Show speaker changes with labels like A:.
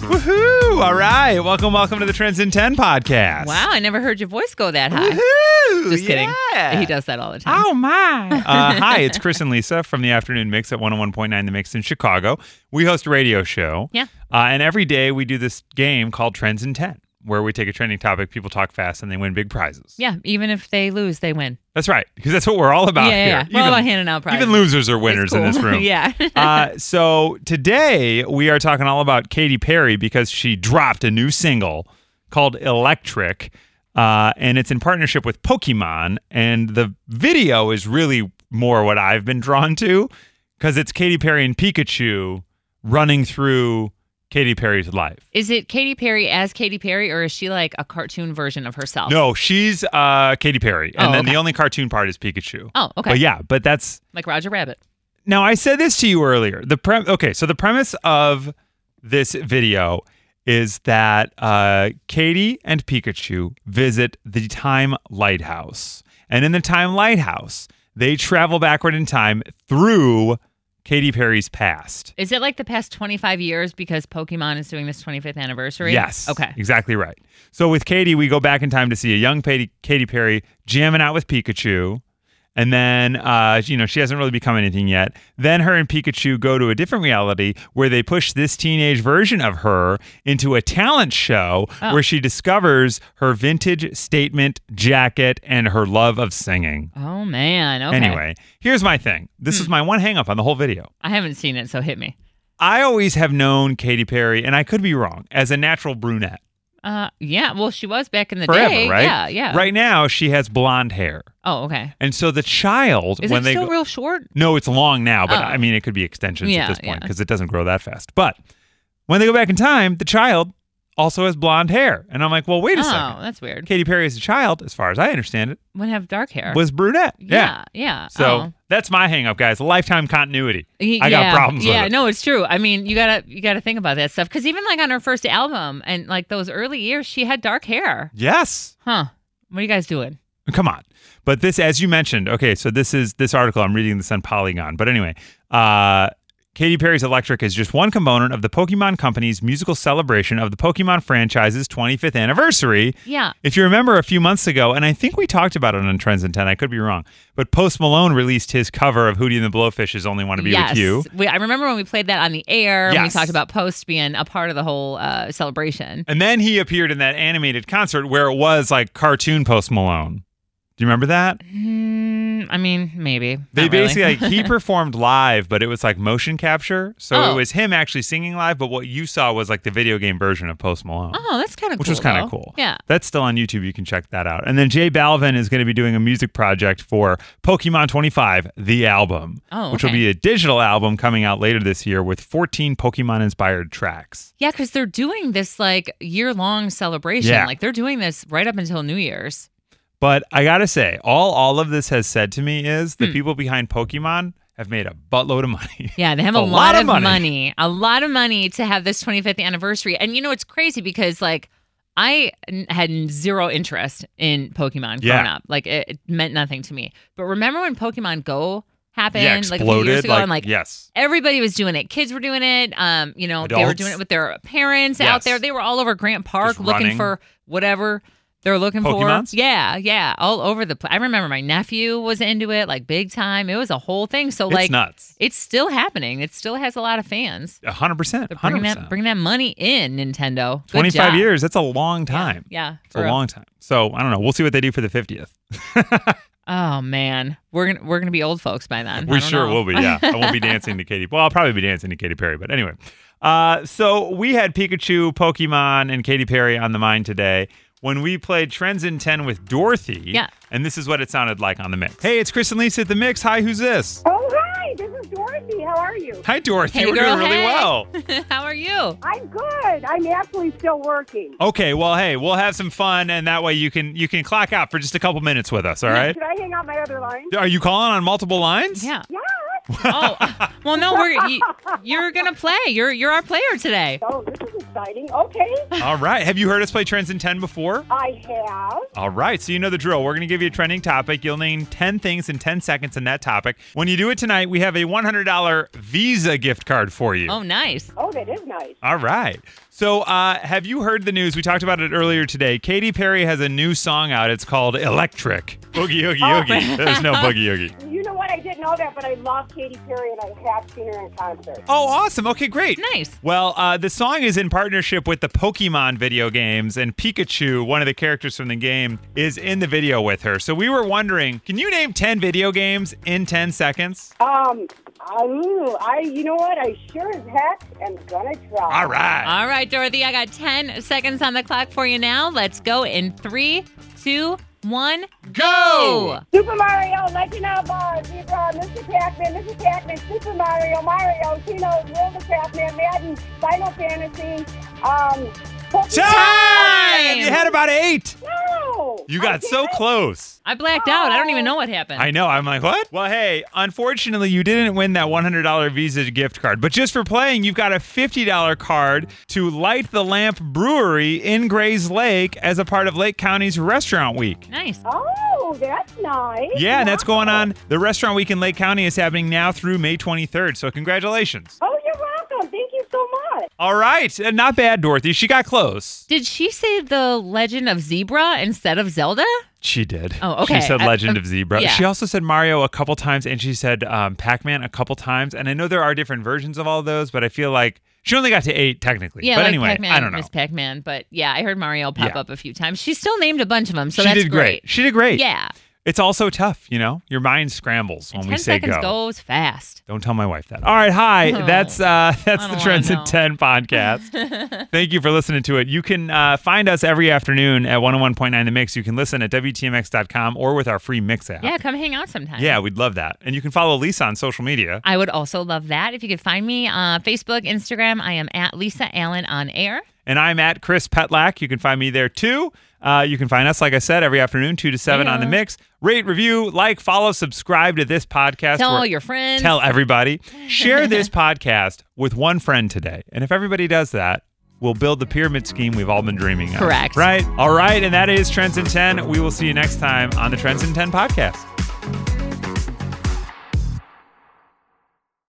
A: Woohoo! All right. Welcome, welcome to the Trends in 10 podcast.
B: Wow, I never heard your voice go that high.
A: Woohoo!
B: Just kidding.
A: Yeah.
B: He does that all the time.
A: Oh my. uh, hi, it's Chris and Lisa from the Afternoon Mix at 101.9 The Mix in Chicago. We host a radio show.
B: Yeah.
A: Uh, and every day we do this game called Trends in 10, where we take a trending topic, people talk fast, and they win big prizes.
B: Yeah, even if they lose, they win.
A: That's right, because that's what we're all about
B: yeah, yeah,
A: here.
B: yeah. We're all about handing out prizes.
A: even losers are
B: It's
A: winners in
B: cool.
A: this room.
B: yeah.
A: uh, so today we are talking all about Katy Perry because she dropped a new single called Electric, uh, and it's in partnership with Pokemon. And the video is really more what I've been drawn to because it's Katy Perry and Pikachu running through Katy Perry's life.
B: Is it Katy Perry as Katy Perry, or is she like a cartoon version of herself?
A: No, she's uh, Katy Perry, and
B: Oh,
A: then the
B: okay.
A: only cartoon part is Pikachu.
B: Oh, okay.
A: But yeah, but that's
B: Like Roger Rabbit.
A: Now I said this to you earlier. The pre- okay, so the premise of this video is that uh, Katie and Pikachu visit the Time Lighthouse, and in the Time Lighthouse, they travel backward in time through Katy Perry's past.
B: Is it like the past 25 years because Pokemon is doing this 25th anniversary?
A: Yes.
B: Okay.
A: Exactly right. So with Katie, we go back in time to see a young Katy, Katy Perry jamming out with Pikachu. And then, uh, you know, she hasn't really become anything yet. Then her and Pikachu go to a different reality where they push this teenage version of her into a talent show
B: Oh.
A: where she discovers her vintage statement jacket and her love of singing.
B: Oh, man. Okay. Hmm.
A: Anyway, here's my thing this is my one hang up on the whole video.
B: I haven't seen it, so hit me.
A: I always have known Katy Perry, and I could be wrong, as a natural brunette.
B: Uh, yeah. Well, she was back in the
A: forever,
B: day.
A: right?
B: Yeah, yeah.
A: Right now, she has blonde hair,
B: Oh, okay.
A: and so the child
B: Is
A: when
B: it
A: they
B: still
A: go-
B: real short?
A: no, it's long now, but
B: Oh.
A: I mean, it could be extensions
B: Yeah,
A: at this point
B: yeah.
A: because it doesn't grow that fast. But when they go back in time, the child also has blonde hair, and I'm like, well, wait a
B: oh,
A: second.
B: that's weird.
A: Katy Perry as a child, as far as I understand it,
B: Would have dark hair.
A: was brunette.
B: yeah. Yeah.
A: So
B: Oh.
A: that's my hang up, guys. Lifetime continuity.
B: Y-
A: I got
B: yeah,
A: problems with
B: yeah,
A: it.
B: no, it's true. I mean, you gotta you gotta think about that stuff because even like on her first album and like those early years, she had dark hair.
A: Yes.
B: Huh? What are you guys doing?
A: Come on. But this, as you mentioned, okay, so this is this article. I'm reading this on Polygon. But anyway, uh, Katy Perry's Electric is just one component of the Pokemon Company's musical celebration of the Pokemon franchise's 25th anniversary.
B: Yeah.
A: If you remember a few months ago, and I think we talked about it on Trends in 10, I could be wrong, but Post Malone released his cover of Hootie and the Blowfish's Only Want to Be
B: yes.
A: With You.
B: We, I remember when we played that on the air. when We
A: Yes.
B: talked about Post being a part of the whole uh, celebration.
A: And then he appeared in that animated concert where it was like cartoon Post Malone. Do you remember that?
B: Mm, I mean, maybe.
A: They
B: Not Oh, really.
A: basically like he performed live, but it was like motion capture. So it
B: Oh.
A: was him actually singing live, but what you saw was like the video game version of Post Malone.
B: Oh, that's kind of
A: Which
B: cool,
A: was kind
B: though.
A: of cool.
B: Yeah.
A: That's still on YouTube. You can check that out. And then Jay Balvin is going to be doing a music project for Pokemon 25, the album,
B: Oh,
A: which will
B: okay.
A: be a digital album coming out later this year with 14 Pokemon inspired tracks.
B: Yeah, because they're doing this like year long celebration.
A: Yeah.
B: Like they're doing this right up until New Year's.
A: But I got to say, all all of this has said to me is
B: Hmm.
A: the people behind Pokemon have made a buttload of money.
B: Yeah, they have
A: A
B: a,
A: lot
B: lot,
A: of
B: of
A: money.
B: money. a lot of money to have this 25th anniversary. And you know, it's crazy because like I n- had zero interest in Pokemon growing
A: Yeah.
B: up. Like it, it meant nothing to me. But remember when Pokemon Go happened
A: yeah,
B: like
A: exploded.
B: a few years ago and like
A: yes.
B: everybody was doing it. Kids were doing it. Um, you know, they were
A: Adults.
B: doing it with their parents
A: Yes.
B: out there. They were all over Grant Park
A: Just running.
B: looking for whatever they're looking
A: Pokemons?
B: for. Yeah, yeah, all over the place. I remember my nephew was into it like big time. It was a whole thing. So oh, like
A: it's nuts.
B: it's still happening. It still has a lot of fans.
A: A hundred percent.
B: They're bringing
A: Hundred
B: that,
A: percent.
B: bringing that money in, Nintendo. Good
A: Twenty-five
B: job.
A: years. That's a long
B: Yeah,
A: time.
B: Yeah.
A: It's
B: for
A: a
B: real.
A: long time. So I don't know. We'll see what they do for the fiftieth.
B: Oh man, we're gonna we're gonna be old folks by then. I
A: We
B: don't
A: sure
B: know.
A: will be. Yeah, I won't be dancing to Katy. Well, I'll probably be dancing to Katy Perry. But anyway, uh, so we had Pikachu, Pokemon, and Katy Perry on the mind today. When we played Trends in 10 with Dorothy,
B: Yeah.
A: and this is what it sounded like on the mix. Hey, it's Chris and Lisa at the mix. Hi, who's this?
C: Oh, hi. This is Dorothy. How are you?
A: Hi, Dorothy.
B: Hey,
A: We're
B: girl,
A: doing really
B: hey.
A: well.
B: How are you?
C: I'm good. I'm actually still working.
A: Okay, well, hey, we'll have some fun, and that way you can you can clock out for just a couple minutes with us. All right?
C: Should I hang out my other line?
A: Are you calling on multiple lines?
B: Yeah.
C: Yeah.
B: Oh, well, no, we're you, you're gonna play. You're you're our player today.
C: Oh, this is exciting. Okay.
A: All right. Have you heard us play Trends in 10 before?
C: I have.
A: All right, so you know the drill. We're going to give you a trending topic. You'll name 10 things in 10 seconds in that topic. When you do it tonight, we have a $100 Visa gift card for you.
B: Oh, nice.
C: Oh, that is nice.
A: All right. So, uh, have you heard the news? We talked about it earlier today. Katy Perry has a new song out. It's called Electric. Boogie, oogie,
B: Oh.
A: oogie. There's no boogie, oogie.
C: You know what? I didn't know that, but I love Katy Perry and I have seen her in concert.
A: Oh, awesome. Okay, great.
B: Nice.
A: Well, uh, the song is in partnership with the Pokemon video games, and Pikachu, one of the characters from the game, is in the video with her. So we were wondering can you name 10 video games in 10 seconds?
C: Um, I, ooh, I, you know what? I sure as heck am gonna try.
A: All right.
B: All right, Dorothy, I got 10 seconds on the clock for you now. Let's go in three, two, one, Uh,
A: Oh.
B: go.
C: Super Mario, Legend of Bars, Zebra, Mr. Pac-Man, Mr. Pac-Man, Super Mario, Mario, Tino, World of Pac-Man, Madden, Final Fantasy, um, Pokemon.
A: Time! You had about eight.
C: No!
A: You
C: I
A: got so
C: did it.
A: close.
B: I blacked out. I don't even know what happened.
A: I know. I'm like, what? Well, hey, unfortunately, you didn't win that $100 Visa gift card. But just for playing, you've got a $50 card to Light the Lamp Brewery in Grays Lake as a part of Lake County's Restaurant Week.
B: nice.
C: Oh, that's nice.
A: Yeah, and that's
C: Wow.
A: going on. The Restaurant Week in Lake County is happening now through May 23rd. So, congratulations.
C: Oh, you're welcome. Thank you so much.
A: All right. uh, Not bad, Dorothy. She got close.
B: Did she say the Legend of Zebra instead of Zelda?
A: She did.
B: Oh, okay.
A: She said
B: I-
A: Legend
B: I-
A: of Zebra.
B: yeah.
A: She also said Mario a couple times, and she said um, Pac Man a couple times. And I know there are different versions of all those, but I feel like she only got to eight technically.
B: Yeah,
A: but
B: like
A: anyway,
B: Pac-Man,
A: I don't know.
B: Miss Pac-Man. But yeah, I heard Mario pop
A: Yeah.
B: up a few times. She still named a bunch of them, so
A: she
B: that's
A: did great. She did great.
B: Yeah.
A: It's also tough, you know? Your mind scrambles when
B: And
A: we
B: 10
A: say
B: seconds
A: go.
B: goes fast.
A: Don't tell my wife that. All right, hi.
B: Oh.
A: That's uh that's
B: I
A: the
B: don't
A: Trends in
B: wanna
A: 10 podcast. Thank you for listening to it. You can uh, find us every afternoon at 101.9 The Mix. You can listen at WTMX.com or with our free Mix app.
B: Yeah, come hang out sometime.
A: Yeah, we'd love that. And you can follow Lisa on social media.
B: I would also love that. If you could find me on Facebook, Instagram, I am at Lisa Allen on air.
A: And I'm at Chris Petlack. You can find me there too. Uh, you can find us, like I said, every afternoon, 2 to 7 on The
B: Yeah.
A: Mix. Rate, review, like, follow, subscribe to this podcast.
B: Tell all
A: where-
B: your friends.
A: Tell everybody. Share this podcast with one friend today. And if everybody does that, we'll build the pyramid scheme we've all been dreaming of.
B: Correct.
A: Right? All right. And that is Trends in 10. We will see you next time on the Trends in 10 podcast.